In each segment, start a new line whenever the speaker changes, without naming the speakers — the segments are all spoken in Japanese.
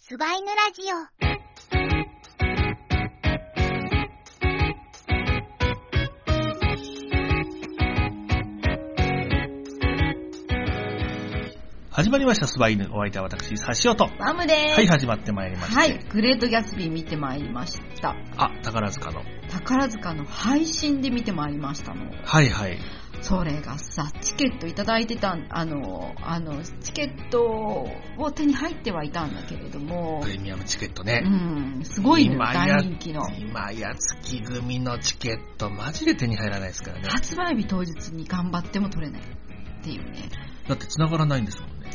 スバイヌラジオ。
始まりました、スバイヌ。お相手は私、サシオと。
バムです。
はい、始まってまいりました。
はい。グレートギャツビー見てまいりました。
あ、宝塚の。
宝塚の配信で見てまいりましたの。
はいはい。
それがさ、チケットいただいてたん、あの、あの、チケットを手に入ってはいたんだけれども
プ、レミアムチケットね
う。ん、すごいのよ
今や
大人気の。
今や月組のチケット、マジで手に入らないですからね。
発売日当日に頑張っても取れないっていうね。
だって繋がらないんですもんね。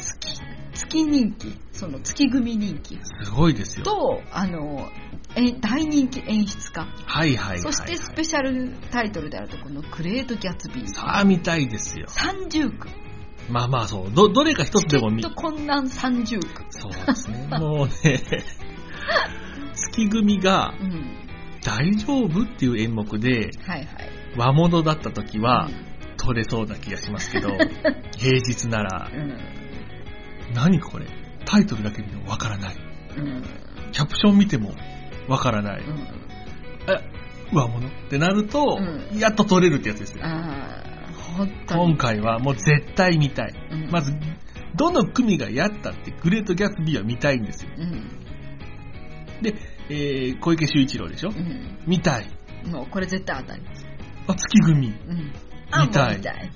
月人気、その月組人気
すごいですよ。
と、あの、え大人気演出家、
はいはいはい、はい。
そしてスペシャルタイトルであるとこのグレートギャツビー。
さあ、見たいですよ。
30区。
まあまあ、そう。ど、どれか一つでも見
と、困難30区。
そうですね。もうね、月組が
うん。
大丈夫っていう演目で
はいはい。
和物だった時は
うん、
取れそうな気がしますけ ど、平日なら、
うん。
何これタイトルだけ見てもわからない。
うん。
キャプション見てもわからない。
うん。
え、上物ってなると、
う
やっと取れるってやつですよ。
ああ、本当
今
に。
回はもう絶対見たい。
うん
まず、どの組がやったってグレートギャツビーは見たいんですよ。
うん。
で、えー、小池秀一郎でしょ
う
見たい。
ん。もうこれ絶対当たり。
あ、月組。
うん。あ、
見たい
もう見たい。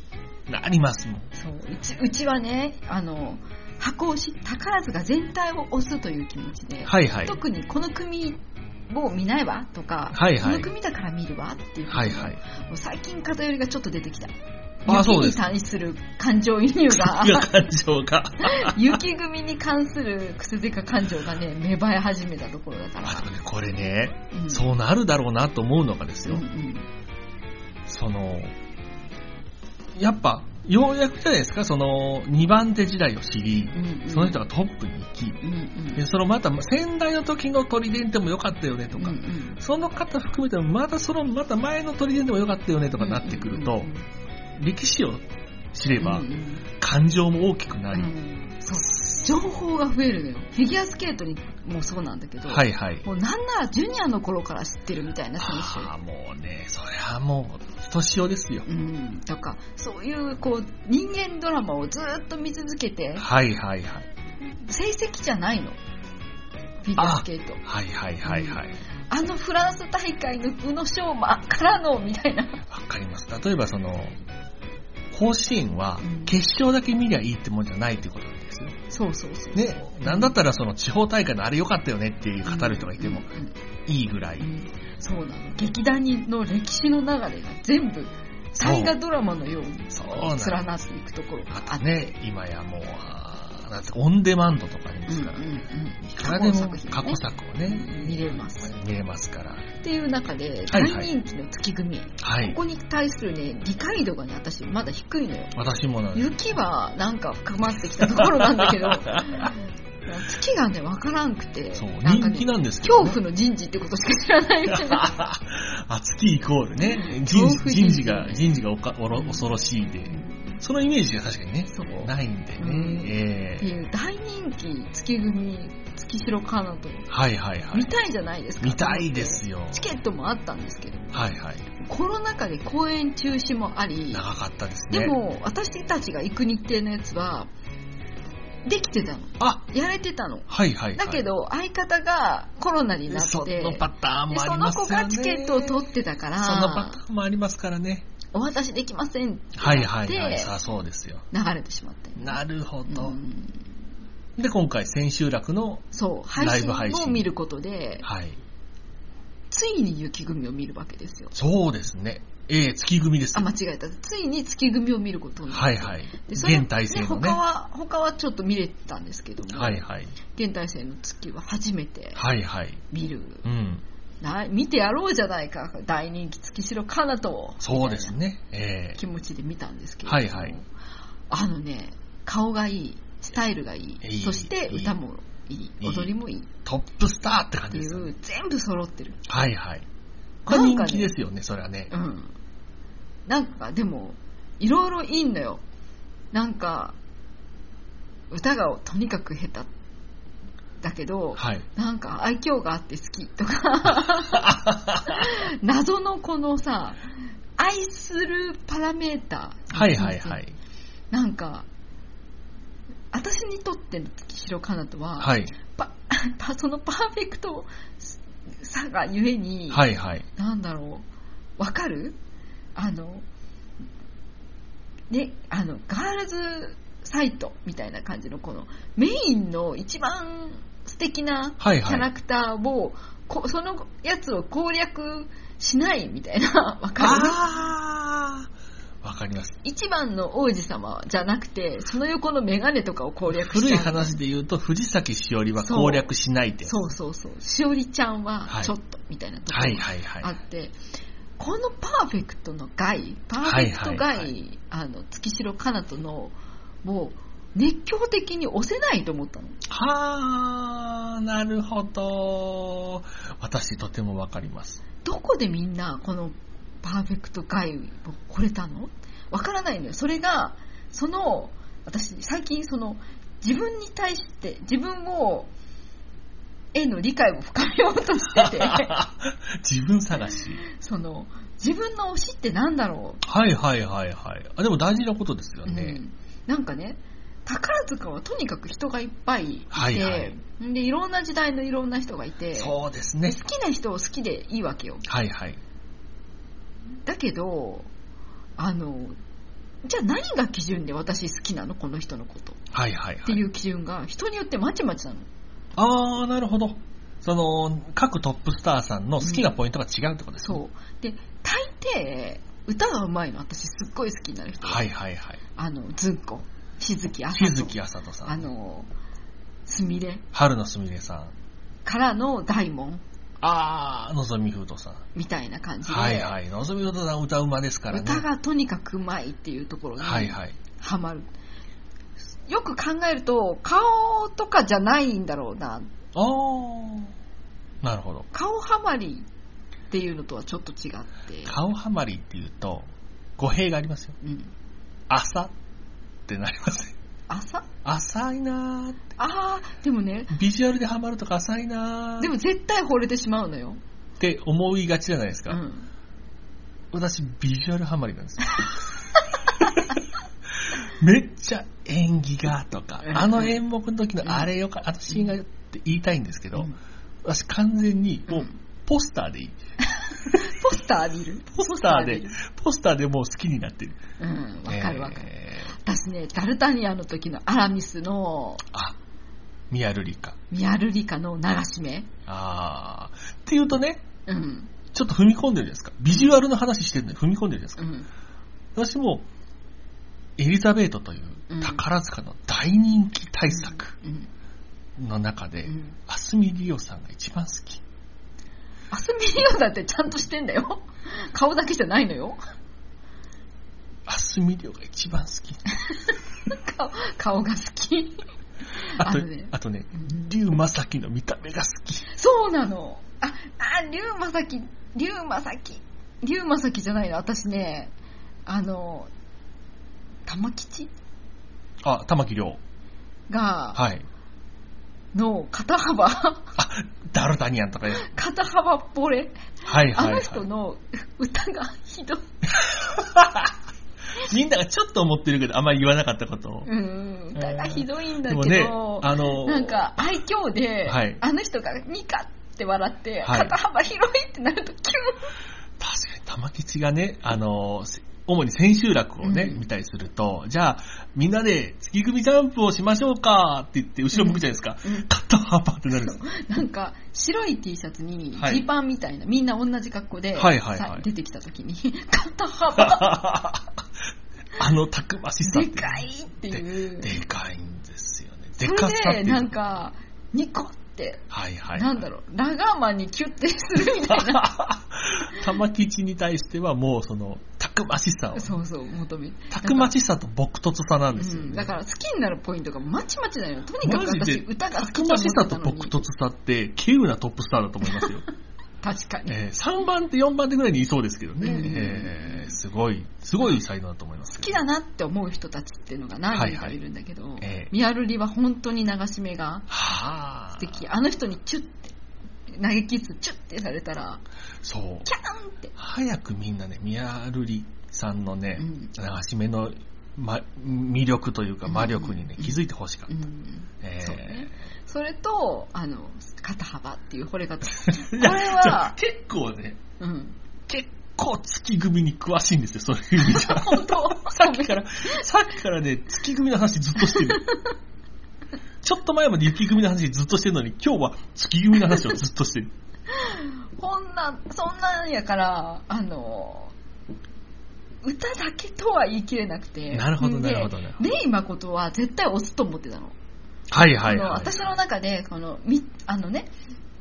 なりますもん。
そう。うち、うちはね、あの、箱押し、宝塚全体を押すという気持ちで、
はいはい。
特にこの組を見ないわとか、
はいはい
この組だから見るわっていう。
はいはい。
もう最近偏りがちょっと出てきた。
あそう
雪
で
に
す
対する感情移入が
い。や、感情が。
雪組に関するクセデカ感情がね、芽生え始めたところだか
まあでも
ら。
ね、これね、
うん
そうなるだろうなと思うのがです
うん
よ。
うん
その、やっぱ、ようやくじゃないですか、その、2番手時代を知り、
うんうん
その人がトップに行き、
うんうん
でそのまた、先代の時の鳥伝でも良かったよねとか、
うんうん
その方含めても、またその、また前の鳥伝でも良かったよねとかなってくると、
うんうん
歴史を知れば
うん、うん
感情も大きくなり、
うんそう情報が増えるのよフィギュアスケートにもそうなんだけど、
はいはい。
もうなんならジュニアの頃から知ってるみたいな選
ああ、もうね、それはもう、ひとしおですよ
手、。うん、とかそういうこう人間ドラマをずーっと見続けて
はいはいはい。
成績じゃないのフィギュアスケート
はいはいはいはい。
あのフランス大会の宇野昌磨からのみたいな。
わかります。例えばその、甲子園は
うん
決勝だけ見りゃいいってもんじゃないってことなんですよ。
そうそうそう。
ね、なんだったらその地方大会のあれ良かったよねっていう語る人がいても
うんう
いいぐらい
んう。んそうなの。劇団の歴史の流れが全部、大河ドラマのように
そうな
連
の。
なっていくところが
あ
あ
と
って。
ね、今やもう、あーなんつオンデマンドとかありま
うん
す
うん
から、
うん
いく
過
ら
去
で
の
も
作品
過
をね
去作をね、
見れます。
見れますから。
っていう中で、
はい
大
はい
人気の月組、
はい
こ。こに対するね、理解度がね、私まだ低いのよ。
私もなんです。
雪はなんか深まってきたところなんだけ ど、月がね、わからんくて、
そう、
なん
人
かね
気なんですけど、
恐
ね。
怖の人事ってことしか知らないみたいな。
あ、月イコールね。人
恐
事、人
怖人
事
事
が、人事がおかおろ恐ろしいで。そのイメージが確かにね、
そう
ないんでね。
うん
え
って
え
いう大人気月組月城かなと
はいはいはい。
見たいじゃないですか
見たいですよ。
チケットもあったんですけど
はいはい。
コロナ禍で公演中止もあり
長かったですね。
でも私たちが行く日程のやつはできてたの
あ、
やれてたの
はいはいはい。
だけど相方がコロナになって
そのパターン
で
もあ
そ
り
の
ますよ
子
ね。
がチケットを取
て
ってたか
そのパ
ら
ターンもありますからね。
お渡しできませんって
はいはいはい。
で
さあそうですよ。
流れてしまって
なるほど。
うん
で、今回、千秋楽の、
そう
ラ
配
イブ配
信
信
を見ることで
はい。
ついに雪組を見るわけですよ。
そうですね。ええ月組です
あ、
よ。
間違えた。ついに月組を見ることになる
はいはい。
でそれ
現体制のね。
他は、他はちょっと見れてたんですけども、
はいはい。
現体制の月は初めて
はいはい。
見る。
うん。
な見てやろうじゃないか。大人気月城かなと。
そうです
み
ね。え
たいな
え
気持ちで見たんですけれども。
はいはい。
あのね、顔がいい、スタイルがいい、
いい
そして歌もいい、
いい
踊りもいいっ
トップスターって感
て
じ
い
ですよね
う、全部揃ってる。
はいはい。これ
なん
人
かね
気ですよね、それはね
う。ん。なんか、でも、いろいろいいんだよ。なんか、歌がとにかく下手。だけど、
はい。
なんか愛嬌があって好きとか 謎のこのさ愛するパラメーター
はいはいはい。
なんか私にとっての月城かなとは、
はい。
パパ そのパーフェクトさがゆえに、
はいはい。
なんだろう、わかるあの、ね、あの、ガールズサイトみたいな感じの、この、メインの一番素敵なキ
はいはい
ャラクターを、こそのやつを攻略しないみたいな、わかる
あーわかります。
一番の王子様じゃなくて、その横のメガネとかを攻略し
古
ち
い
ゃう
話で言うと、藤崎しおりは攻略しないってやつ。
そうそうそう。しおりちゃんは
はい
ちょっと、みたいなところ
はいはいは
あ
い
っ。て、このパーフェクトの害、パーフェクト
はいは
害、
いは
あの月城かなとの、もう熱狂的に押せないと思ったの。
はー、なるほど。私、とてもわかります。
どこでみんなこのパーフェクト害をこれたのわからないのよ。それが、その、私、最近その、自分に対して、自分を、への理解を深めようとしてて、
自分探し。
その、自分の推しってなんだろう
はいはいはいはい。あでも大事なことですよ
う
ね。
ん、なんかね宝塚はとにかく人がいっぱいいて、
はいはい
でいろんな時代のいろんな人がいて好
そうですね。
きな人を好きでいいわけよ
はいはい。
だけどあのじゃあ何が基準で私好きなのこの人のことっ
はいはい
て
はいい。
う基準が人によってまちまちなの
あー、なるほど。その、各トップスターさんの好きなポイントが違うってことですね。
そうで大抵歌がうまいの私すっごい好きになる人、
はいはいはい。
あのずんこしずきあさ
日
と
月あさとさ
あ
ん。
のすみれ
春のすみれさん。
からの大門
あー、のぞみふうとさん。
みたいな感じで、
はいはい。のぞみふうとさん歌うまですからね。
歌がとにかくうまいっていうところに
はいはい。
はまる、よく考えると顔とかじゃないんだろうな
あー、なるほど。
顔はまりっていうのとはちょっと違って、
顔はまりっていうと、語弊がありますよ。
うん、
朝ってなりますね。
朝
浅いなーって
あーでもね
ビジュアルでハマるとか浅いな
で
ー
も
っ
絶対惚れてしまうのよ、
て思いがちじゃないです
う
か。
ん、
私、ビジュアルハマりなんです よ。めっちゃ演技がとか、
うん
あの演目の時のあれよか、あのシーンがって言いたいんですけど、
うん
私完全にもううんポスターでいい。
ポスター見る
ポスターで
ポス、
ポスターでもう好きになってる。
ター見るうんわかるわかる、
えー
私ねダルタニアの時のアラミスの
あ、ミアルリカ。
ミアルリカの流し目
あー。っていうとね、
うん
ちょっと踏み込んでるじゃないですか。ビジュアルの話してるのに踏み込んでるじゃないですか
う。ん
私もエリザベートとい
うん
う宝塚の大人気大作
うん
の中で、
うん
アスミリオさんが一番好き。
アスミリオだってちゃんとしてんだよ。 顔だけじゃないのよ。
アスミリオが一番好 き。
顔顔が好き。
あと、
あのね
あとね
うん、
竜馬崎の見た目が好き。
そうなの。あ、あ、竜馬崎、竜馬崎、竜馬崎じゃないの。私ね、あの、玉吉
あ、玉木亮。
が、
はい。
の肩幅、
あ、ダルタニアンとかね。
肩幅惚れ。
はい
あ
はい、
の
はい。
人の歌がひ どい。
みんながちょっと思ってるけど、あんまり言わなかったことを。
うん、歌がひどいん
で
だけ
も
ど、
ね、あの、
なんか愛嬌で、
はい
あの人がニカって笑って、
はい
肩幅広いってなるとキュ
確かに玉吉がね、あの、せ主に千秋楽をね、
うん
見たりすると、じゃあ、みんなで月組ジャンプをしましょうかって言って、後ろ向くじゃないですか。
ン、
肩幅ってなるんです
なんか白い T シャツにジ
はい
ーパンみたいな、みんな同じ格好で、
はいはいはい
さ出てきた時 に肩幅
あのたくましさっ
で
て。
かいっていう
でかいんですよね。で
そ
かさっ
れ
てい
で
う。
なんかニコって、
はいはい。
なんだろうラガーマンにキュッてするみたい な
玉吉に対してはもうその、たくましさを。
そうそう求め
たくましさと朴突さなんですよ
う
ね。
んだから好きになるポイントがまちまちなのよとにかく
マジ
私
で
歌が好
た
き
く
と思
ま
っ
してさ
た
と
の
朴
に
突さって、稀有なトップスターだと思いますよ。
確かに。
えー3番手、4番手ぐらいにいそうですけどね、
うん
えーすごい、すごい才能だと思います。
好きだなって思う人たちっていうのが何人かいるんだけど、
いええ
ミアルリは本当に流し目が
はあ
素。敵。あの人にチュッて、投げキッスチュッてされたら、
そう。
キャーンって。
早くみんなね、宮瑠璃さんのね、
うん
流し目の、ま、魅力というか
うん
魔力にね、気づいてほしかっ
う
た。
ん
えー
そうねそれと、あの、肩幅っていう惚れ 方。
い
これ
や
は
ちょ結構ね、
うん。
結構月組に詳しいんですよ、そういう意味じ ゃ。
本当
さっきから、さっきからね、月組の話ずっとして る。ちょっと前まで雪組の話ずっとしてるのに、今日は月組の話をずっとしてる。
こんな、そんなんやから、あの、歌だけとは言い切れなくて。
なるほど
で
なるほどなるほ
レイ誠は絶対押すと思ってたの。
はいはい
あの
はい。
私の中で、この、みあのね、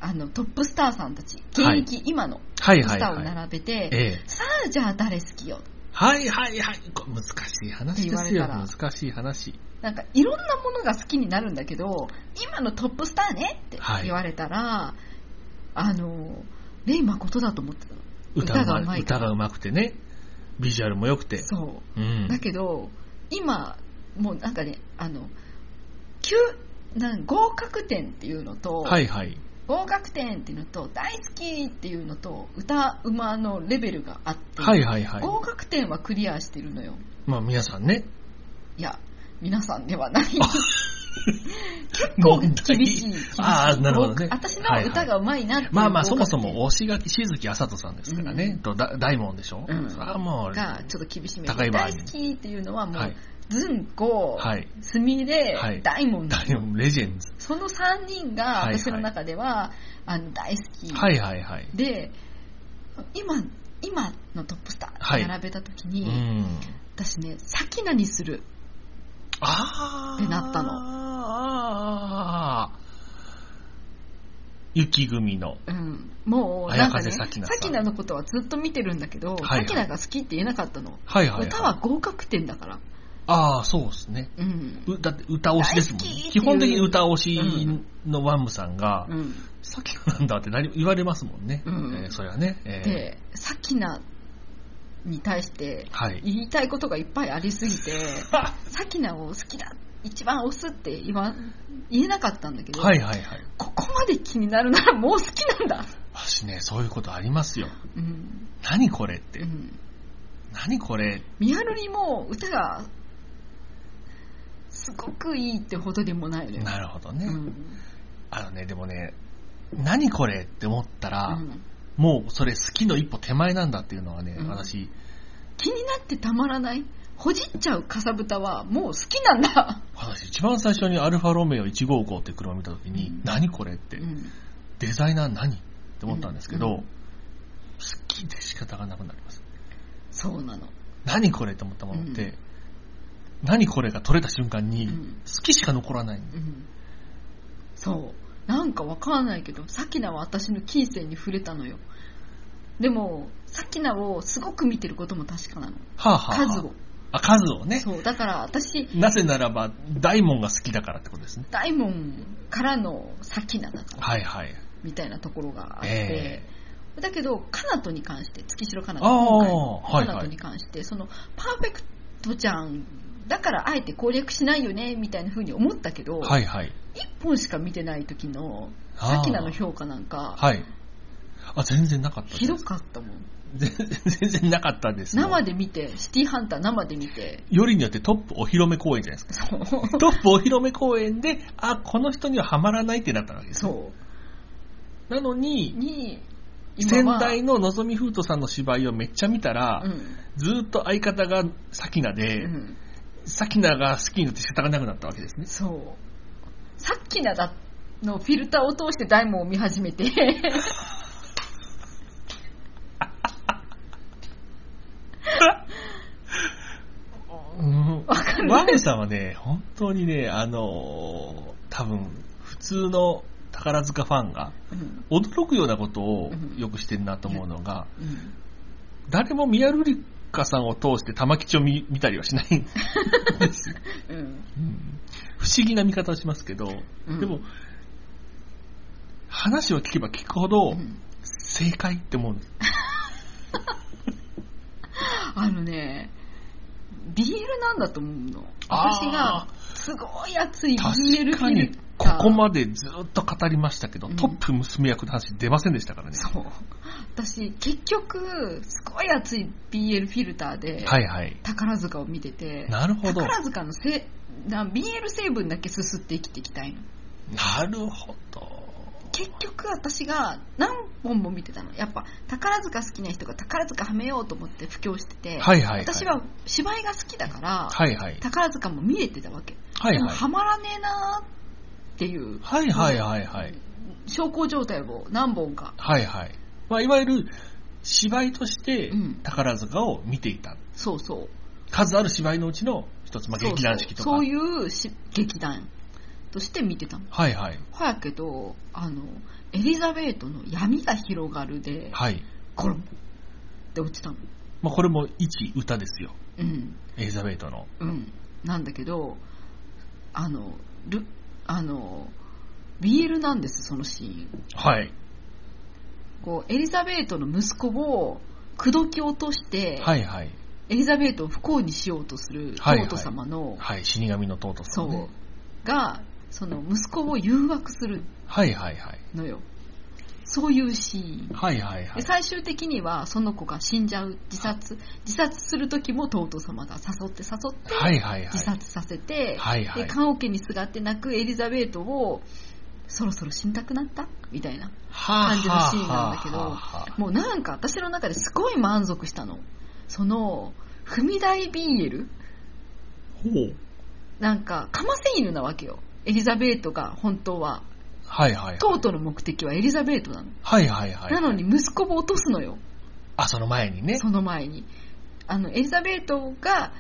あの、トップスターさんたち、現役、今の
はい
トッ
はい
プスターを
はい。
並べて、
ええ
さあ、じゃあ誰好きよ。
はいはいはい。こ難しい話で
って
す
言わ
よ。
れた
難しい話。
なんか、いろんなものが好きになるんだけど、今のトップスターねって
はい
言われたら、あの、レイ誠だと思ってたの。
歌が
歌がうまいか
歌
ら
がうまくてね。ビジュアルも良くて。
そう。
うん
だけど、今、もうなんかね、あの、9なん合格点っていうのと、
はいはい。
合格点っていうのと、大好きっていうのと、歌うまのレベルがあって、
はいはいはい。
合格点はクリアしてるのよ。
まあ皆さんね。
いや、皆さんではない。結構厳しい。厳しい
あーなるほどね
合格私の歌がうまいなっていう、
まあまあそもそ
合
も推しが静木あさとさんですからね。
うん
とだ大門でしょ。
うん
それはも
格
う。
点がちょっと厳しめで。
高い場合
大好きっていうのはも
は
う
い、
ずんこ、
はい
すみれ
はい、
大門なの
大門レジェンズ。
その3人が
はいはい
私の中では、あの大好き、
はいはいはい。
で今今のトップスタ
はい
ー並べた時
う
に、
ん。
私ね「さきなにする
ああ。
ってなったの
ああ。雪組の。」
うん、もう
綾
なんかね
風
さ
咲菜さん
きなのことはずっと見てるんだけど
はいはい
さきなが好きって言えなかったの、
はいはい、はい。
歌は合格点だから、
ああ、そうですね。
うん
うだって歌推しですもんね
大好きっていう
基本的に歌推しのワンムさんが、
うん、
さっきのなんだってなり言われますもんね。
うん
えーそれはね。えー
でさきなに対して
はい。
言いたいことがいっぱいありすぎてさきなを好きだ一番推すって言わ言えなかったんだけど、
はいはいはい。
ここまで気になるならもう好きなんだ。
私ね、そういうことありますよ。
うん。
何これって。
うん。
何これ。
ミヤルリも歌が、すごくいいってほどでもないのよ。
なるほどね、
うん。
あのね、でもね、何これって思ったら、
うん
もうそれ好きの一歩手前なんだっていうのはね、
うん
私、
気になってたまらない。ほじっちゃうかさぶたはもう好きなんだ。
私一番最初にアルファロメオ155って車を見た時に、
うん
何これって、
うん。
デザイナー何って思ったんですけど、
うんうん
好きで仕方がなくなります。
そうなの。
何これって思ったものって、
うん
何これが取れた瞬間に、
うん
好きしか残らないんで
うん。そう。なんかわかんないけど、さきなは私の金銭に触れたのよ。でも、さきなをすごく見てることも確かなの。
はあ、はあはあ、
数を。
あ、数をね。
そう。だから私、
なぜならば、大門が好きだからってことですね。
大門からの先なだから
はいはい。
みたいなところがあって、
え
だけどカナトに関して月城かな
あー
と今回
はい
の
はい
カナトに関して、そのパーフェクトちゃんだからあえて攻略しないよねみたいな風に思ったけど、
え
一
はいはい。
1本しか見てない時の
あー
さきなの評価なんか
はい。あ、全然なかったです
ひどかったもん
全然全然なかったですよ。
生で見てシティハンター生で見て
よりによってトップお披露目公演じゃないですか。
そう
トップお披露目公演で、あ、この人にはハマらないってなったわけですね、
そ
なのに
う、に
先
今は
代ののぞみふうとさんの芝居をめっちゃ見たら、
うん
ずーっと相方がさきな
う
で、
ん
さきなが好きになって仕方がなくなったわけですね。
そう。さっきなだのフィルターを通して大門を見始め て。
うん。
わかんない
ワンさんはね、本当にね、あのー多分、普通の宝塚ファンが
うん
驚くようなことを
うん
よくしてるなと思うのが、
うん
誰も宮瑠璃香さんを通して玉吉を見見たりはしないん ですよ、
うん
うん不思議な見方をしますけど、
うん
でも、話を聞けば聞くほど、
うん
先正解って思うんです。
あのね、BL なんだと思うの。
あー
私が、すごい熱い BL
確かに
見、
ここまでずっと語りましたけど、
うん
トップ娘役の話出ませんでしたからね。
そう。私、結局、すごい熱い BL フィルターで、
はいはい。
宝塚を見てて、
なるほど。
宝塚のせな BL 成分だけすすって生きていきたいの。
なるほど。
結局私が何本も見てたの。やっぱ宝塚好きな人が宝塚はめようと思って布教してて、
はいはい、はい。
私、は芝居が好きだから、
はいはい。
宝塚も見れてたわけ。
はい
でも
はい。
ハマらねえなーっていう
はいはいはいはい。
小康状態を何本か
はいはい。まあ、いわゆる芝居として
うん
宝塚を見ていた。
そうそう
数ある芝居のうちの一つ、まあ、劇団四季とか。
そうそうそういうし劇団として見てたの
はいはい。
ほやけどあのエリザベートの「闇が広がるで」
はい。
ゴロンって落ちたの
まあ、これも一歌ですよ。
うん
エリザベートの。
うんなんだけどあのルあの BL なんですそのシーン
はい。
こうエリザベートの息子を口説き落として、
はいはい。
エリザベートを不幸にしようとする
はいはい
皇ト様の
はい。死神のトートさ
そ
ん、ね。
う。が、その息子を誘惑する
はいはいはい。
のよ。そういうシーン。
はいはいは
で
い。
最終的にはその子が死んじゃう自殺自殺する時もトート様が誘って誘って
はいはいはい。
自殺させて、
はいはい
で棺桶にすがって泣くエリザベートをそろそろ死にたくなったみたいな感じのシーンなんだけど
はあはあはあはあ
もうなんか私の中ですごい満足したのその踏み台 BL
ほう。
なんかかませ犬なわけよエリザベートが本当は
はいはいはい。
トートの目的はエリザベートなの。
はいはいはい。
なのに。息子を落とすのよ、
あ、その前にね。
その前に。あの、エリザベートが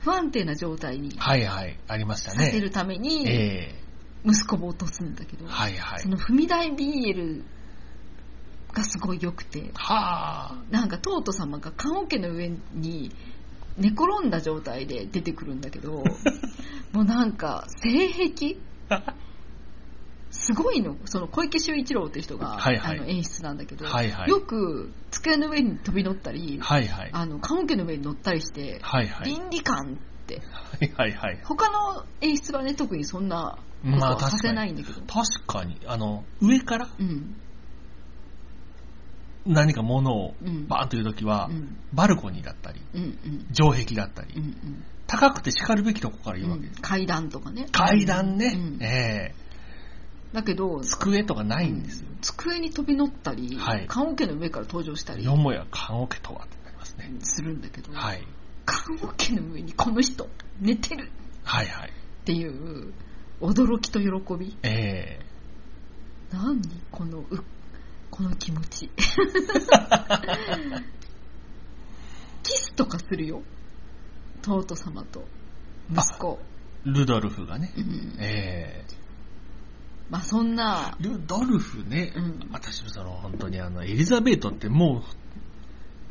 不安定な状態に
はいはい。ありました
さ
ね。
せるために、
え
息子を落とすんだけ
え
ど、
はいはい
そ。の踏み台 BL がすごい良くて、
はあ。
なんかトート様が棺桶の上に寝転んだ状態で出てくるんだ けど、もうなんか、性癖すごいの、その小池秀一郎って人が、
はいはい
あの演出なんだけど、
はいはい
よく机の上に飛び乗ったり、
はいはい。
あの棺桶の上に乗ったりして、
はいはい。
倫理観って、
はいはいはい。
他の演出はね、特にそんなこと
まあ
はさ
確
せ
か
ない
に。
んだけど、
確かに。あの、上から
うん、
何か物を
うん、
バーンという時
う
は、
ん、
バルコニーだったり、
うん、うん、
城壁だった
う
り、
ん、うん
高くて叱るべきとこから言う
う
わけ
ん
です。
階段とかね。
階段ね、
うん
ええ
だけど、
机とかないんですよ。
机に飛び乗ったり、
はい
棺桶の上から登場したり
よもや棺桶とはってなりますね。
するんだけど、
はい。
棺桶の上にこの人寝てる
はいはい。
っていう驚きと喜び
ええ
何このうこの気持ちキスとかするよトート様と息子、
ルドルフがね。
うん
ええ
まあそんな、
ルドルフね、
うん
私もその本当にあの、エリザベートっても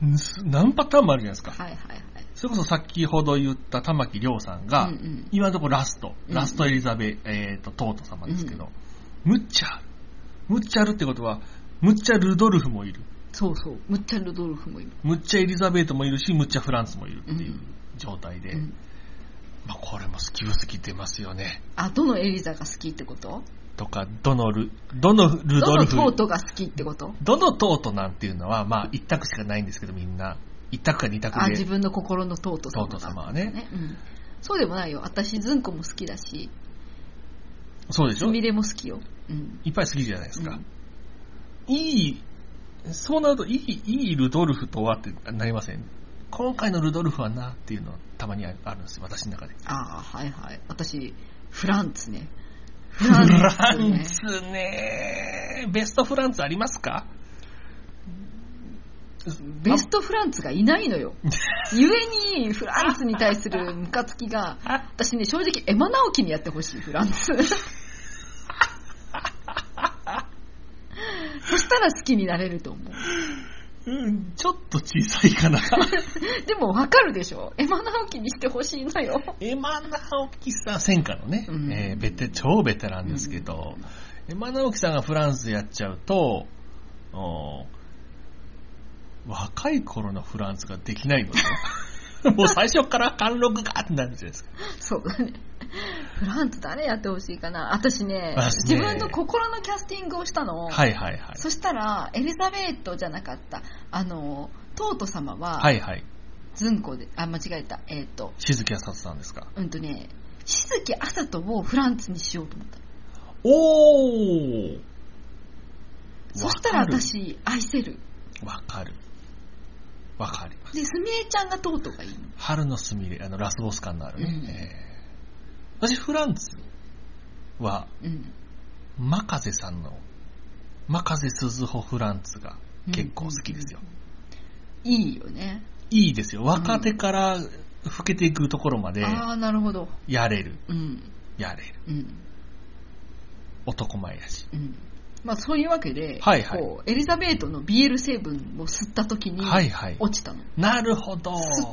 う、す何パターンもあるじゃないですか。
はいはいはい
それこそ先ほど言った玉木亮さんが、
うんうん
今のところラスト、
うん
ラストエリザベ、えー、と、トート様ですけど、むっちゃある。むっちゃあるってことは、むっちゃルドルフもいる。
そうそうむっちゃルドルフもいる、
むっちゃエリザベートもいるし、むっちゃフランスもいるっていう状態で、
うん
まあこれも好き不好き出ますよね。
あどのエリザが好きってこと
とか、どのル、どのルド
どの
ル
ト
フ、
ートが好きってこと
どのトートなんていうのは、まあ一択しかないんですけど、みんな。一択か二択
あ
で
自。分の心のトート様
トー
が
ト様はね
うん、そうでもないよ私ずんこも好きだし
そうでし
す
ょ
みれも好きよ、うん、
いっぱい好きじゃないですか。
うん
いい、そうなると、いい、いいルドルフとはってなりません。今回のルドルフはなっていうのはたまにああるんですよ、私の中で。
ああはいはい私フランツねフ
フラ
ラン
ン
ツね
ツねベストフランツありますか
ベストフランツがいないのよ故にフランツに対するムカつきが私ね正直エマ直樹にやってほしいフラン ツそしたら好きになれると思う
うん、ちょっと小さいかな。
でもわかるでしょエマ直樹にしてほしいのよ
エマ直樹さん、戦火のね、
うん
えーベテ超ベテランですけど、エマ直樹さんがフランスやっちゃうと、おー若い頃のフランスができないの ね。もう最初から貫禄がってなるじゃないですか。
そうだね。フランス誰やってほしいかな。私ね、
私ね
自分の心のキャスティングをしたの。
はいはいはい。
そしたら、エリザベートじゃなかった、あの、トート様
は
は、
いはい。
ズンコで、あ、間違えた。えっ、と、
静木浅さんですか。
うんとね、静木あさとをフランスにしようと思った。
おー
そしたら
わかる
私、愛せる。
わかる。わかります。
で、すみえちゃんがトートがいいの。
春のすみれ、あの、ラスボス感のあるね。
うん
えー私、フランツは、
うん。
マカゼさんの、マカゼ鈴穂フランツが結構好きですよ。
いいよね。
いいですよ。若手から老けていくところまで、
ああ、なるほど。
やれる、
うん。
やれる。
うん。
男前やし。
うん。まあ、そういうわけで、
はいはい
こうエリザベートの BL 成分を吸った時に、
はいはい。
落ちたの。
なるほど。
す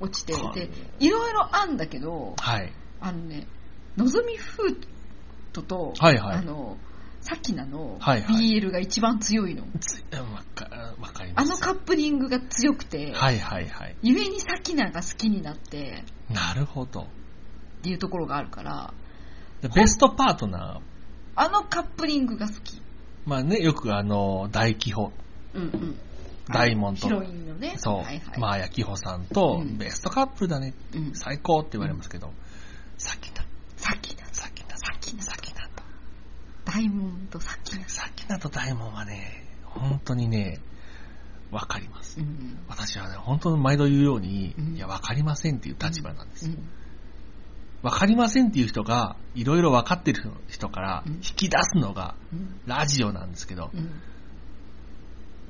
落ちて、
これ
で、いろいろあんだけど、
はい。
あのね、のぞみフートと、
はいはい
あの、さきなの
はいはい
BL が一番強いの。
つわかわかりま
あ
す。
のカップリングが強くて、
はいはいはい。
ゆえにさきなが好きになって、
なるほど。
っていうところがあるから、
でベストパートナー、
あのカップリングが好き。
まあね、よくあの、大気保、
うんうん。
大門と
ヒ、ロインのね。
そう、
はいはい。
まあやきほさんと、
うん
ベストカップルだね、
うん、さ
最高って言われますけど、さきな、
きな、
さきな、さ
さきな
さきなと、
大門とさきな。
さきなと大門はね、本当にね、わかります。
うん
私はね、本当に毎度言うように、
うん
いや、わかりませんっていう立場なんです
う
よ。
ん
わ、かりませんっていう人が、いろいろわかってる人から
うん
引き出すのが、
うん
ラジオなんですけど、
うん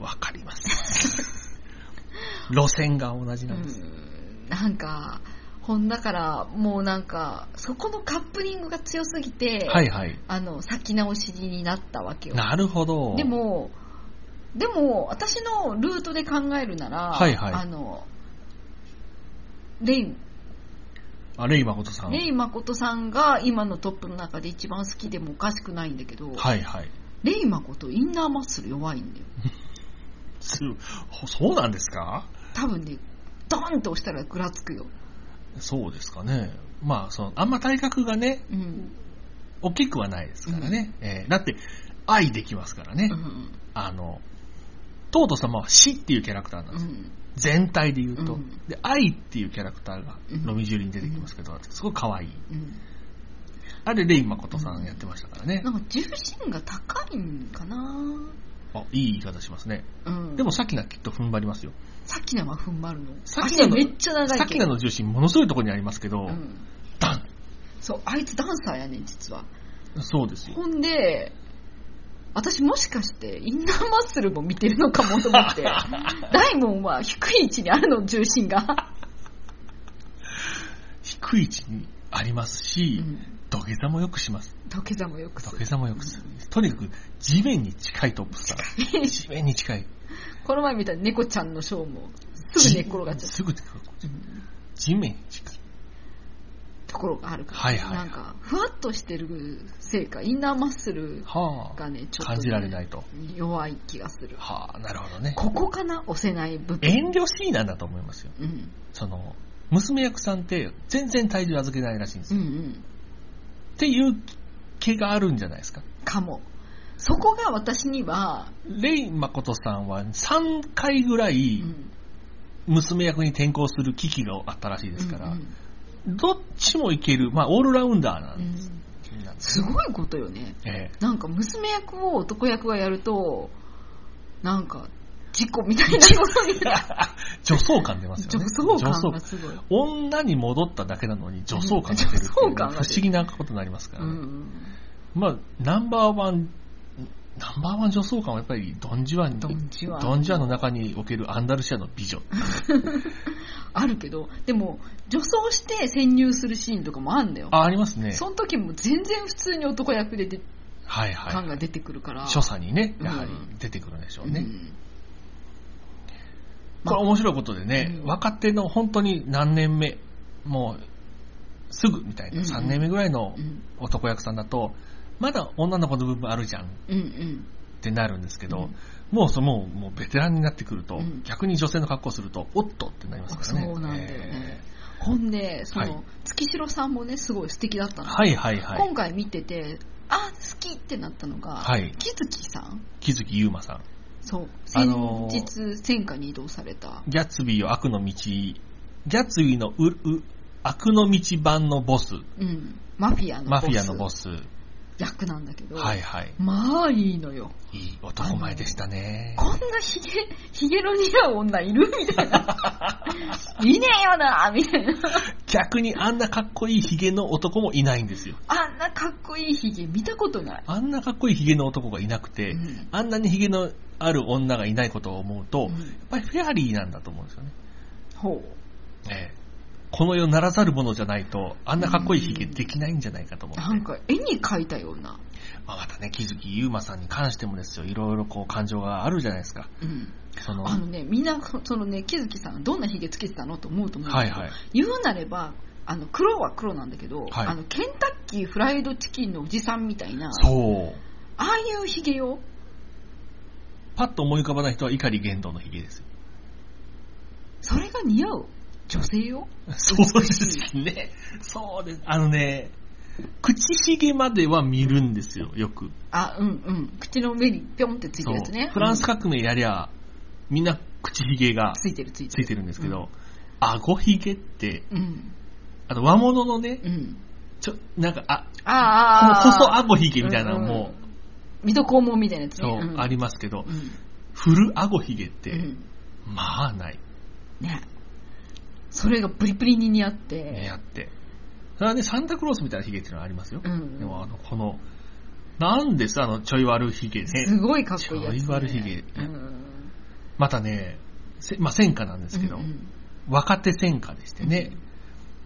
わかります。路線が同じ
う
なんです。
んなんか、ほんだから、もうなんか、そこのカップリングが強すぎて、
はいはい。
あの、先直しになったわけよ。
なるほど。
で、も、でも、私のルートで考えるなら、
はいはい
あの、レイ、
あレイ誠さん。
レイ誠さんが今のトップの中で一番好きでもおかしくないんだけど、
はいはい。
レイ誠インナーマッスル弱いんだよ。
すほそうなんですか
多分ね、ドーンと押したらぐらつくよ。
そうですかね。まあ、その、あんま体格がね、
うん。
大きくはないですからね。えーだって、愛できますからね。
うん。
あの、トート様は死っていうキャラクターなん
う
ですよ。
ん。
全体で言うと、
うん
で、愛っていうキャラクターが
うん
ロミジュリに出てきますけど、すごい可愛い。
うん
あれ、レイ誠さんやってましたからね
な。んか重心が高いんかな、
あ、いい言い方しますね。
うん、
でも、さきなきっと踏ん張りますよ。
さきなは踏ん張るの
さきな
足
の
めっちゃ長いけど
さきなの重心、ものすごいところにありますけど、
うん、
ダン
そうあいつダンサーやねん実は
そうですよ。
ほんで私もしかしてインナーマッスルも見てるのかもと思って 大門は低い位置にあるの重心が、
低い位置にあります
う
し、
ん、
土下座もよくします。
土下座もよくす
土
る
下座もよくする。とにかく、地面に近いトップスター。地面に近い。
この前見た猫ちゃんのショーもすぐ寝っ転がっちゃっ
すぐ寝っ転がっちゃう地面に近い。
たところがあるから、
はいはい
なんかふわっとしてるせいかインナーマッスル
はあ、
がねちょっとね、
感じられないと。
弱い気がする
はあ、なるほどね。
ここかな押せない部分。
遠慮しいなんだと思いますよ。
うん。
その、娘役さんって全然体重預けないらしいんです
うんう
よ。
ん。
っていう気があるんじゃないですか。
かも。そこが私には、
レイ誠さんは3回ぐら
う
い
ん。
娘役に転向する危機があったらしいですから、
うんうん
どっちもいける、まあ、オールラウンダーな
うんん
なんです
すごいことよね。
え
なんか娘役を男役がやると、なんか、事故みたいなことに
え 女装感出ますよ
女
ね。
装感
女
が
装
すごい。
女に戻っただけなのに女装感が出るっていう
女装感
不
が出る
思議なことになりますから
う
ね、
ん。
まあ、ナンバーワン、ナンバーワン女装感はやっぱりドンジュアン、
ドンジュアン
ドンジュアンの中におけるアンダルシアの美女。
あるけど、でも、女装して潜入するシーンとかもあんだよ。
あ、ありますね。
その時も全然普通に男役で出
はいは
感
い。
が出てくるから。
所作にね、やはり
うん
出てくるんでしょう
う
ね。
ん
これ面白いことでね、
うん
若手の本当に何年目、もうすぐみたいな、
うん
3年目ぐらいの
うん。
男役さんだと、まだ女の子の部分あるじゃんっ
うんうん。
ってなるんですけど、
うん
もうそのもうベテランになってくると、
うん
逆に女性の格好をするとおっとってなりますからね
そうなんだよね
え
ほんでその、
はい
月城さんもねすごい素敵だった
ー
の、
はいはいはい
今回見ててあ好きってなったのが、
はい
木月さん
木月優馬さん
そう
あ
先
のー
日戦火に移動された、
ギャツビーよ悪の道ギャツビーのうう悪の道版のボス
うん、マフィアのボス
マフィアのボス
役なんだけど、
はいはい
まあいいのよ
いい男前でしたね
こんなひげひげの似合う女いるみたいな いねえよなみたいな
逆にあんなかっこいいヒゲの男もいないんですよ
あんなかっこいいひげ見たことない、
あんなかっこいいヒゲの男がいなくて、
うん
あんなにヒゲのある女がいないことを思うと、やっ
うん
ぱりフェアリーなんだと思うんですよね。
ほう
ええこの世ならざるものじゃないと、あんなかっこいいヒゲできないんじゃないかと思って。
なんか絵に描いたような、
まあ、またね、木月優馬さんに関してもですよ、いろいろこう感情があるじゃないですか。
うん、
その、
あのねみんなそのね木月さんどんなひげつけてたのと思うと思うんだ
は
け
い
ど、
はい。
言うなればあの黒は黒なんだけど、
はい
あのケンタッキーフライドチキンのおじさんみたいなあ
そう。
あいうひげよ
パッと思い浮かばない人は碇玄道のヒゲですよ。
それが似合う女性よ
そうですね。そうです。あのね、口ひげまでは見るんですよ、よく。
あうんうん口の上にぴょんってついてるやつね
そうフランス革命やりゃ、みんな口ひげが
うんついてるついて
つ
る
いてるんですけど、顎ひげって、
うん
あと和物のね、
うん
ちょ、なんか、あ、この
ああ
細顎ひげみたいなのも、
水戸黄門みたいなやつ
そ
ね
う、
ん
ありますけど
う、ん
フル顎ひげって、
うん
まあない。
ねそれがプリプリに似合って、
ね、やって。それはね、サンタクロースみたいなひげっていうのはありますよ。
うん
でも、あの、この、なんですあの、ちょい悪ひげ
す
ね。
ごいかっこいいやつ、ね。
ちょい悪ひげ
うん
またね、せまあ、戦火なんですけど、
うんうん
若手戦火でしてね、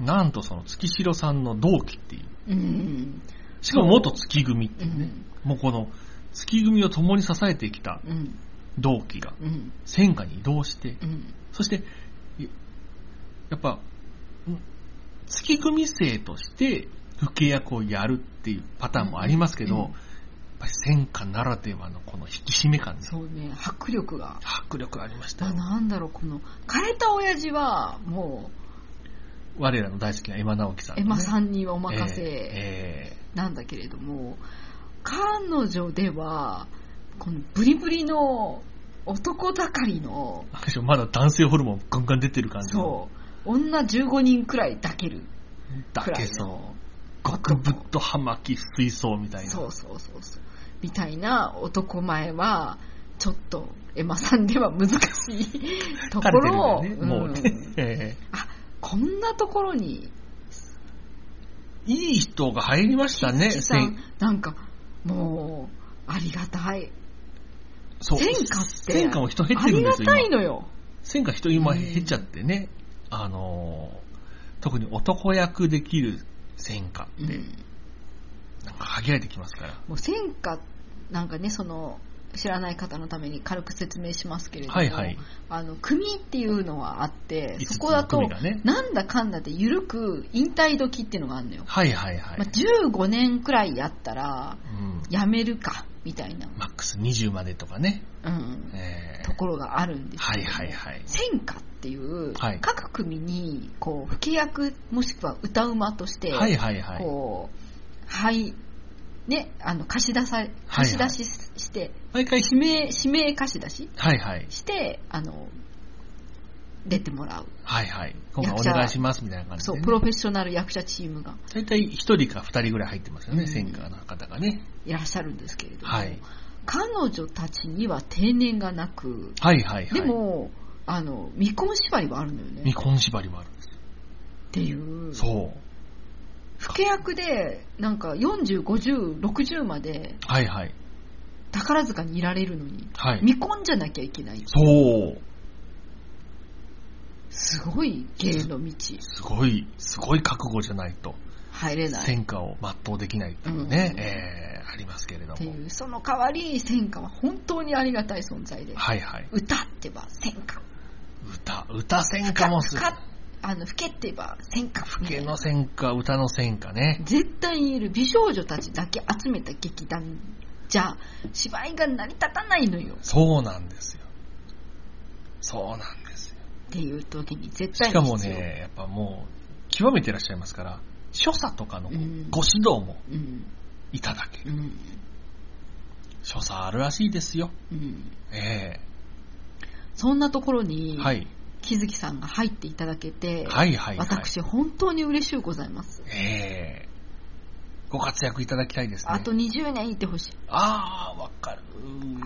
なんとその月城さんの同期っていう、
うん
しかも元月組って
う
いうね、
ん
もうこの月組を共に支えてきた
うん
同期が
うん
戦火に移動して、
うん
そして、いやっぱ、ん月組生として不契約をやるっていうパターンもありますけど、
うんうん
やっぱり戦火ならではのこの引き締め感ね、
そうね迫力が
迫力ありました
あ
よ。
なんだろうこの枯れた親父はも
我らの大好きなエマ直樹さん
う
の
エ
ね、
マさんにはお任
え
せ
ええ
なんだけれども、彼女ではこのブリブリの男盛りの
えあれでしょまだ男性ホルモンガンガン出てる感じの
そう女15人くらい抱ける
だけ
暗い
そう。極太葉巻水槽みたいな。
そうそうそうそうみたいな男前はちょっとエマさんでは難しいとこ
垂れてる
ろ
よ
を、
ね、もうね。
うん
え
こんなところに
えいい人が入りましたね、
さん
戦
なんかもうありがたい
そう
戦火って
戦火も人減っ
あ
てるん
り
で
が
すよ。
たい
今
のよ
戦火人今減っちゃってね。あのー特に男役できる戦火って、
うん
なんか限られてきますから。
もう戦果なんかねその知らない方のために軽く説明しますけれども、
はいはい。
あの組っていうのはあって
五つ
そこだ
の
と
組がね。
なんだかんだで緩く引退時っていうのがあるのよ、
はいはいはい。
まあ、15年くらいやったら
うん
やめるかみたいな、
マックス20までとかね。
うん、
ええ
ところがあるんです
はいはいはい。
戦歌っていう
はい
各組にこう不契約もしくは歌うまとして
はいはいはい。
こうはいねあの貸し出さ貸し出しして
毎回、
指名指名貸し出し
はいはい。
してあの出てもらう
はいはい。今回お
役者
願いしますみたいな感じで、
そ
ね。
うプロフェッショナル役者チームが
大体一人か二人ぐらい入ってますよ
う
ね、
ん
戦火の方がね。
いらっしゃるんですけれども
はい。
彼女たちには定年がなく
はいはいはい。
で、もあの未婚縛りはあるのよね
未婚縛りもあるんですよ。
っていう
そう。
不契約でなんか405060まで
はいはい。
宝塚にいられるのに
はい。
未婚じゃなきゃいけない
そう。
すごい芸の道
すごい、すごい覚悟じゃないと、
入れないっ
戦火を全うできないっていうね、
うん
えーありますけれど
て
も。
いうその代わり戦歌は本当にありがたい存在で
はいはい。
歌ってば戦歌
歌、歌戦火もする。
かあの老けってば戦歌
老けの戦火、歌の戦火ね。
絶対にいる美少女たちだけ集めた劇団じゃ芝居が成り立たないのよ
そうなんですよ。そうなんですよ。
っていう時に絶
し
対に必要
かもね、やっぱもう、極めていらっしゃいますから、所作とかのご指導も
うん
いただけ
う
る。
ん
所作あるらしいですよ。
うん
え
そんなところ
え
に、
はい。
木月さんが入っていただけて、
はいはいはい。
私本当に嬉しゅうございます、
ええご活躍いただきたいですね。
あと20年いてほしい、
ああ、わかる。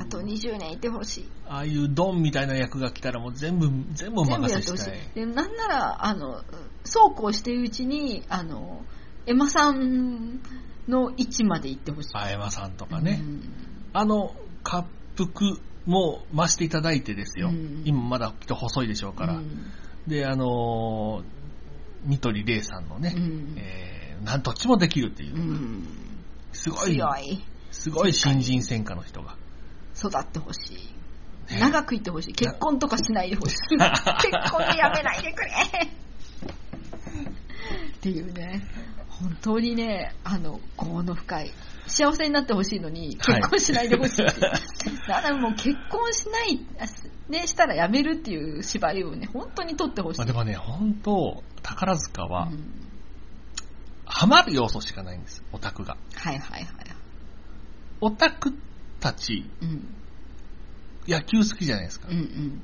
あと20年いてほしい
ああいうドンみたいな役が来たらもう全部、全部お
全部
任せ
やってほ
し
した
い。
いでなんならあのそうこうしているうちにあのエマさんの位置まで行ってほしい
あエマさんとかね。
うん
あの、滑腹も増していただいてですよ。
うん
今まだきっと細いでしょうから。
うん
で、あのー、ニトリレイさんのね、
うん
えーなんとっちもできるっていうう、
ん
すごい、
強い
すごい新人戦果の人が。
育ってほしい
ね
長くいてほしい結婚とかしないでほしい結婚やめないでくれっていうね本当にねあの業の深い幸せになってほしいのに
はい
結婚しないでほし いっていう、だからもう結婚しないあすねしたらやめるっていう縛りをね本当に取ってほしい、
まあ、でもね、本当宝塚は、
うん
ハマる要素しかないんです、オタクが。
はいはいはい
オタクたち、
うん
野球好きじゃないですか。
うんうん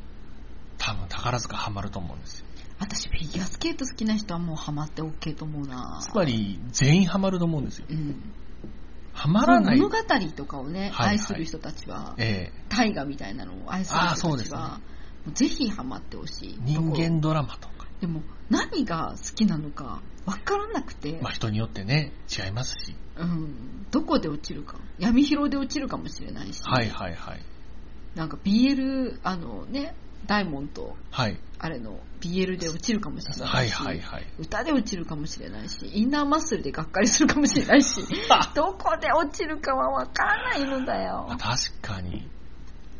多分宝塚ハマると思うんですよ。
私フィギュアスケート好きな人はもうハマって OK と思うな
つまり、全員ハマると思うんですよ。
うん
ハマらない
物。語とかをね、
はいはい
愛する人たちは、
え
大河みたいなのを愛する
あーそ
人
う
た
で
ち
すね
は、もうぜひハマってほしい
ー。人間ドラマとか。
でも、何が好きなのか分からなくて、
まあ人によってね、違いますし。
うん、どこで落ちるか、闇広で落ちるかもしれないし、
はいはいはい。
なんか BL、あのね、大門と、
はい。
あれの BL で落ちるかもしれないし、
はいはい はい。
歌で落ちるかもしれないし、インナーマッスルでがっかりするかもしれな いし、どこで落ちるかは分からないのだよ
まあ。確かに。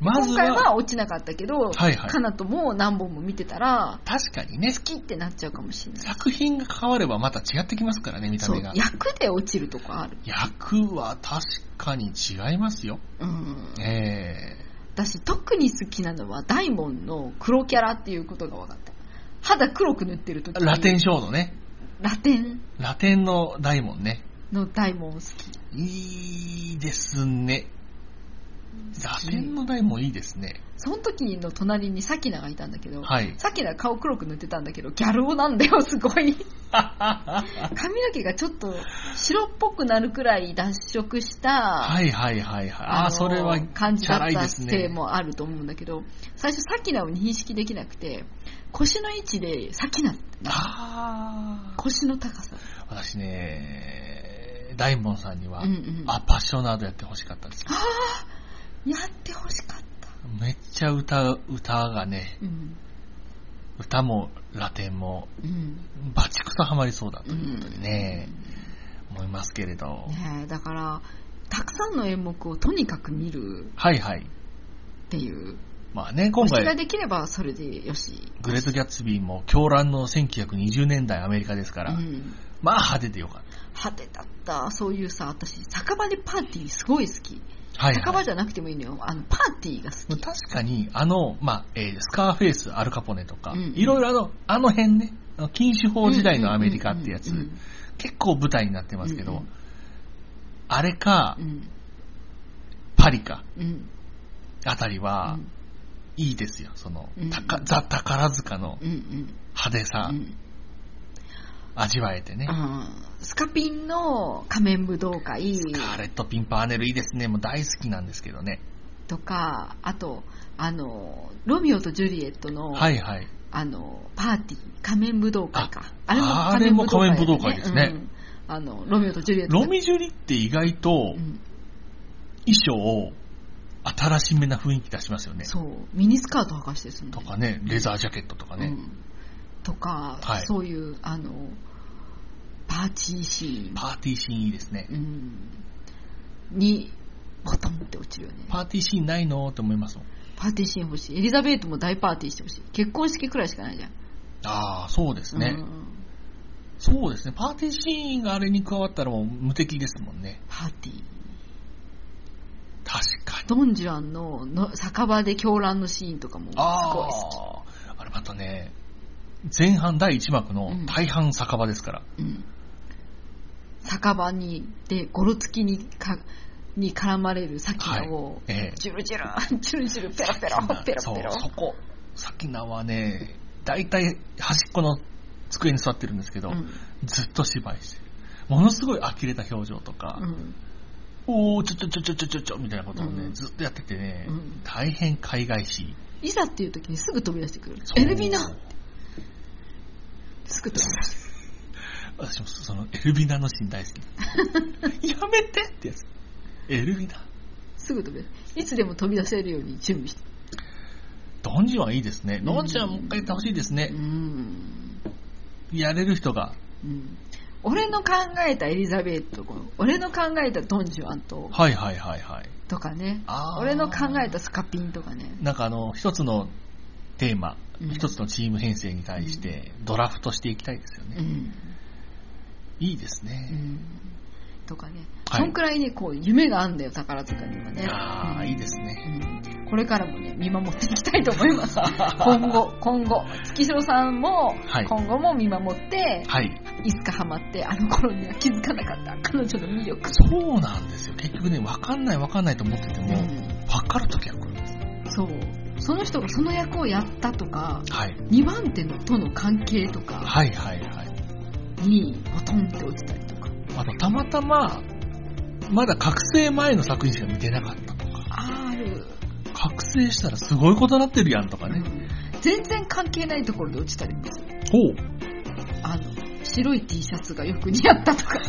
まず
今
は、
回は落ちなかったけど、
はいはい
かなとも何本も見てたら、
確かにね、
好きってなっちゃうかもしれない。
作品が変わればまた違ってきますからね、見た
そう
目が、。
役で落ちるとこある。
役は確かに違いますよ。
うん。
え
私、特に好きなのは、大門の黒キャラっていうことが分かった。肌黒く塗ってると
ー、ラテン
ン。
ショーのね、
ラテン
ラテンの大門ね。
の大門好き。
いいですね。ラテンの大門いいですね。
その時の隣にサキナがいたんだけど、
はい。
サキナ顔黒く塗ってたんだけど、ギャル男なんだよ、すごい。髪の毛がちょっと白っぽくなるくらい脱色した、
はいはいはいはい。あ
の
あ、それは、チ
感じだ
ャ
っ
ラい
た
です
せい
ね。
もあると思うんだけど、最初サキナを認識できなくて腰の位置でサキナ
ああ。
腰の高さ、
私ね、大門さんには、
うんうん、
アパッショナードやってほしかったです。
やってほしかった、
めっちゃ歌、歌がね、
うん
歌もラテンも、
うん
バチクとハマりそうだということでね、
ね
思いますけれど。
えだからたくさんの演目をとにかく見る
はいはい。
っていう
まあね、今
推しが
回、
できればそれでよし
グレート・ギャッツビーも狂乱の1920年代アメリカですから、
うん、
まあ派手でよかっ
果てだったそういうさ私酒場でパーティーすごい好き、
た。はい、
酒
は
場
い。
じゃなくてもいいのよあのパーティーが好き
確かに、あの、まあ、えースカーフェイス、アルカポネとか、
うんうん
いろいろあの、あの辺ね、あの禁酒法時代のアメリカってやつ
うんうんうんうん、
結構舞台になってますけど、
うんうん
あれか、
うん
パリか、
うん
あたり
う
は、
ん
いいですよ。その、
うん
たかザ・宝塚の
うんうん
派手さ、
うん
味わえてね。
うんスカピンの仮面武道会
スカーレット・ピンパーネルいいですね。もう大好きなんですけどね。
とか、あと、あの、ロミオとジュリエットの、
はいはい。
あの、パーティー、仮面武道会か。あ
あれも仮面武道会ですね
うんあの、ロミオとジュリエット。
ロミジュリって意外と
うん
衣装を新しめな雰囲気出しますよね。
そう、ミニスカート履かしてすん
とかね、レザージャケットとかね。
うんとか、
はい
そういう、あの、パーティーシーン。
パーティーシーンいいですね。
うんに、コトンって落ちるよね。
パーティーシーンないのって思いますもん。
パーティーシーン欲しい。エリザベートも大パーティーしてほしい。結婚式くらいしかないじゃん。
ああ、そうですね、
うん
そうですね。パーティーシーンがあれに加わったらもう無敵ですもんね。
パーティー。ドンジュランのの酒場で狂乱のシーンとかもすごい
あ
好
あ、あれまたね、前半第1幕の大半酒場ですから。
き、うん、酒場にでゴロつきにかに絡まれるサキナを、
ええ
ジュルジュルジュルジュルペロペロペロペロ
そう、そこ。さきなはね、大体端っこの机に座ってるんですけど、
うん
ずっと芝居してる。ものすごい呆れた表情とか、
うん
おー、ちょちょちょちょちょちょちょみたいなことをね、
うん
ずっとやっててね、
うん
大変海外し。
いざっていう時にすぐ飛び出してくる
そう
エルビナすぐ飛び出して
私もそのエルビナのシーン大好 き。やめてってやつ。エルビナ。
すぐ飛び出していつでも飛び出せるように準備して
ドンジュはいいですね。ドンジュはもう一回やってほしいですね
う。ん
やれる人が。
うん俺の考えたエリザベートと俺の考えたドン・ジュアンと
はいはいはいはい。
とかね
あー
俺の考えたスカピンとかね
なんかあの、一つのテーマ
うん、
一つのチーム編成に対してドラフトしていきたいですよ
う
ね。
ん、
いいです
う
ね。
ん、とかね、
はい
そんくらいねこう夢があんだよ宝塚にはね
ああ、いいですね。
うんこれからもね、見守っていきたいと思い ます。今後、今後、月城さんも、
はい
今後も見守って、
はい。
いつかハマって、あの頃には気づかなかった彼女の魅力。
そうなんですよ。結局ね、わかんないわかんないと思ってても、
う
わかるときは来るんです。
んそう。その人がその役をやったとか、
はい。
2番手のとの関係とか
はいはいはい。
に、ポトンって落ちたりとか。
あと、たまたま、まだ覚醒前の作品しか見てなかったとか、
ある。
覚醒したらすごいことになってるやんとかね。
全然関係ないところで落ちたりもする。
ほう。
あの、白い T シャツがよく似合ったとか。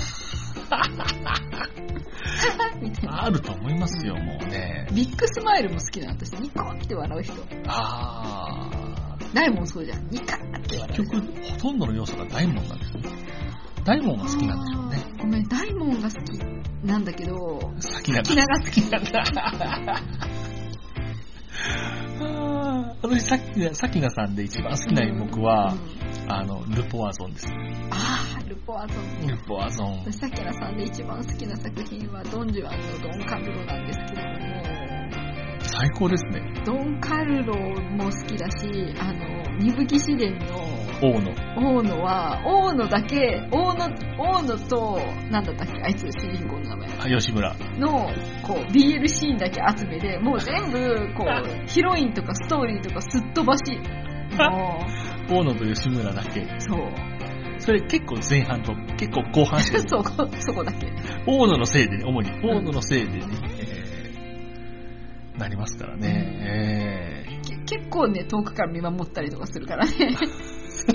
みたいな。
あると思いますよ、もうね。
ビッグスマイルも好きなの私ニコって笑う人
あー。
大門そうじゃんニカって笑う
結局、ほとんどの要素が大門なんですね。大門が好きなんでしょうね。
ごめん大門が好きなんだけど
先な
キナが好きなんだ
あー私、さっきな、さきなさんで一番好きな演目は、あの、ルポワゾンです。
ああルポアゾン
ルポワゾン。
私さきらさんで一番好きな作品はドン・ジュアンのドン・カルロなんですけれ
最高ですね。
どもドン・カルロも好きだしあの二吹自伝の
王の。
大野は大野だけ大野大野となんだったっけあいつ主人公の名前
あ吉村。
のこう BL シーンだけ集めでもう全部こうヒロインとかストーリーとかすっ飛ばしも
王のと吉村だけ。
うそう
それ結構前半と結構後 半しか出て
そこそこだけ
大野のせいでね、主に大野のせいでね、えーなりますからね。え
け結構ね遠くから見守ったりとかするからね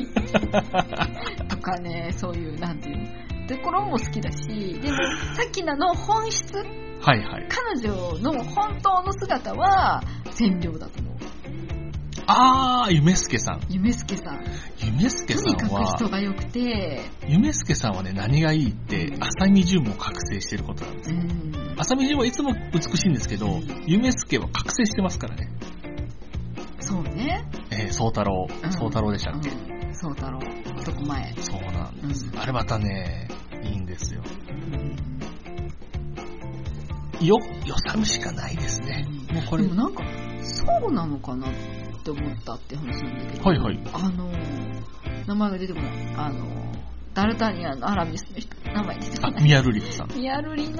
とかねそういうなんていうのところも好きだ しでもさきなの本質
ーはいはい。
彼女の本当の姿は善良だと思う
あー、夢助さん。
夢助さん
夢助
と
さ
にか
ん
く
は
人、が良くて
夢助さんはね、何がいいって、浅見純も覚醒してることなんです。
うん
浅見純はいつも美しいんですけど、夢助は覚醒してますからね。
そうね
えー、宗太郎
う。ん
宗太郎でしたっけ、
うんそうだろうそこ前
そうなんです、
うん
あれまたね、いいんですよ。よ、よさむしかないですね。もうこ
こ
れ
れでも、なんかそうなのかなって思ったって話なんだけど、
はいはい。
あの名前が出てこないあのダルタニアのアラミスの人名前出てこ
あ、
ない
宮瑠璃子さん。
ミヤルリの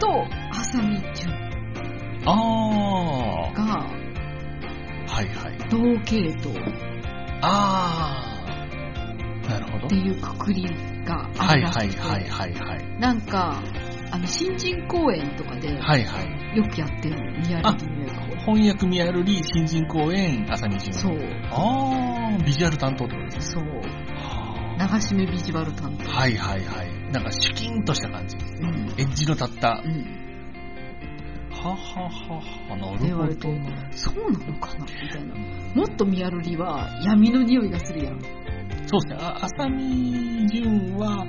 とハサミチュン
ああ。
が
はいはい。
同系統っ
ああ。なるほど
て。いうくくりがあ
はい
るら
はい
しくて、
はいはいはい。
なんかあの新人公演とかでよ
はいはい。
くやってるのミヤルリの役を
翻訳ミアルリー新人公演浅見純。
そう
ああ、ビジュアル担当ってことですね。
そう
は
流し目ビジュアル担当
あはいはいはい。なんかシュキンとした感じ。
うん
エッジの立った。は
うん、
ははは。な
言
る
わ
ほ
れて
どな。
そうなのかなみたいなもっとミヤルリは闇の匂いがするやん
そうですね。あ浅見純は、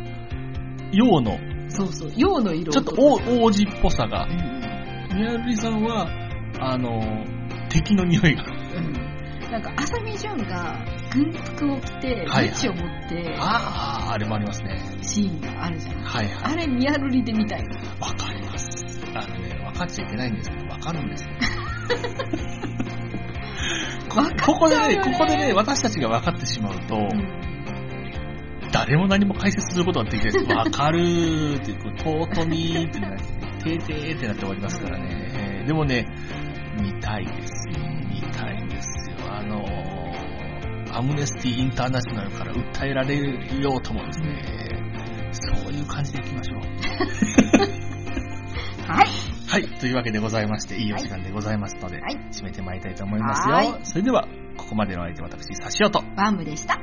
陽の、
そうそう陽の色
ちょっと王王子っぽさが
う、んうん
ミアルリさんは、あの、敵の匂いが。
うんなんか浅見純が軍服を着て
はいはい
位置を持って
ああ、あれもありますね。
シーンがあるじゃん、
はいはい。
あれミヤルリで見たいの
わかります。あのね、わ
かっちゃいけないんですけど、わかるんです よ。
こ
分かっちゃうよね
ここでね、ここでね、私たちが分かってしまうと、誰も何も解説することはでき ないです。分かるーって、こうとうとみーってなって、てーてーってなって終わりますからね。えーでもね、見たいですよ。見たいですよ。あのーアムネスティ・インターナショナルから訴えられるようともですね、そういう感じでいきましょう。
はい。
はい、というわけでございまして、いいお時間でございますので、
はい
締めてまいりたいと思いますよ。
はい
それでは、ここまでの相手、私、差しと。
バームでした。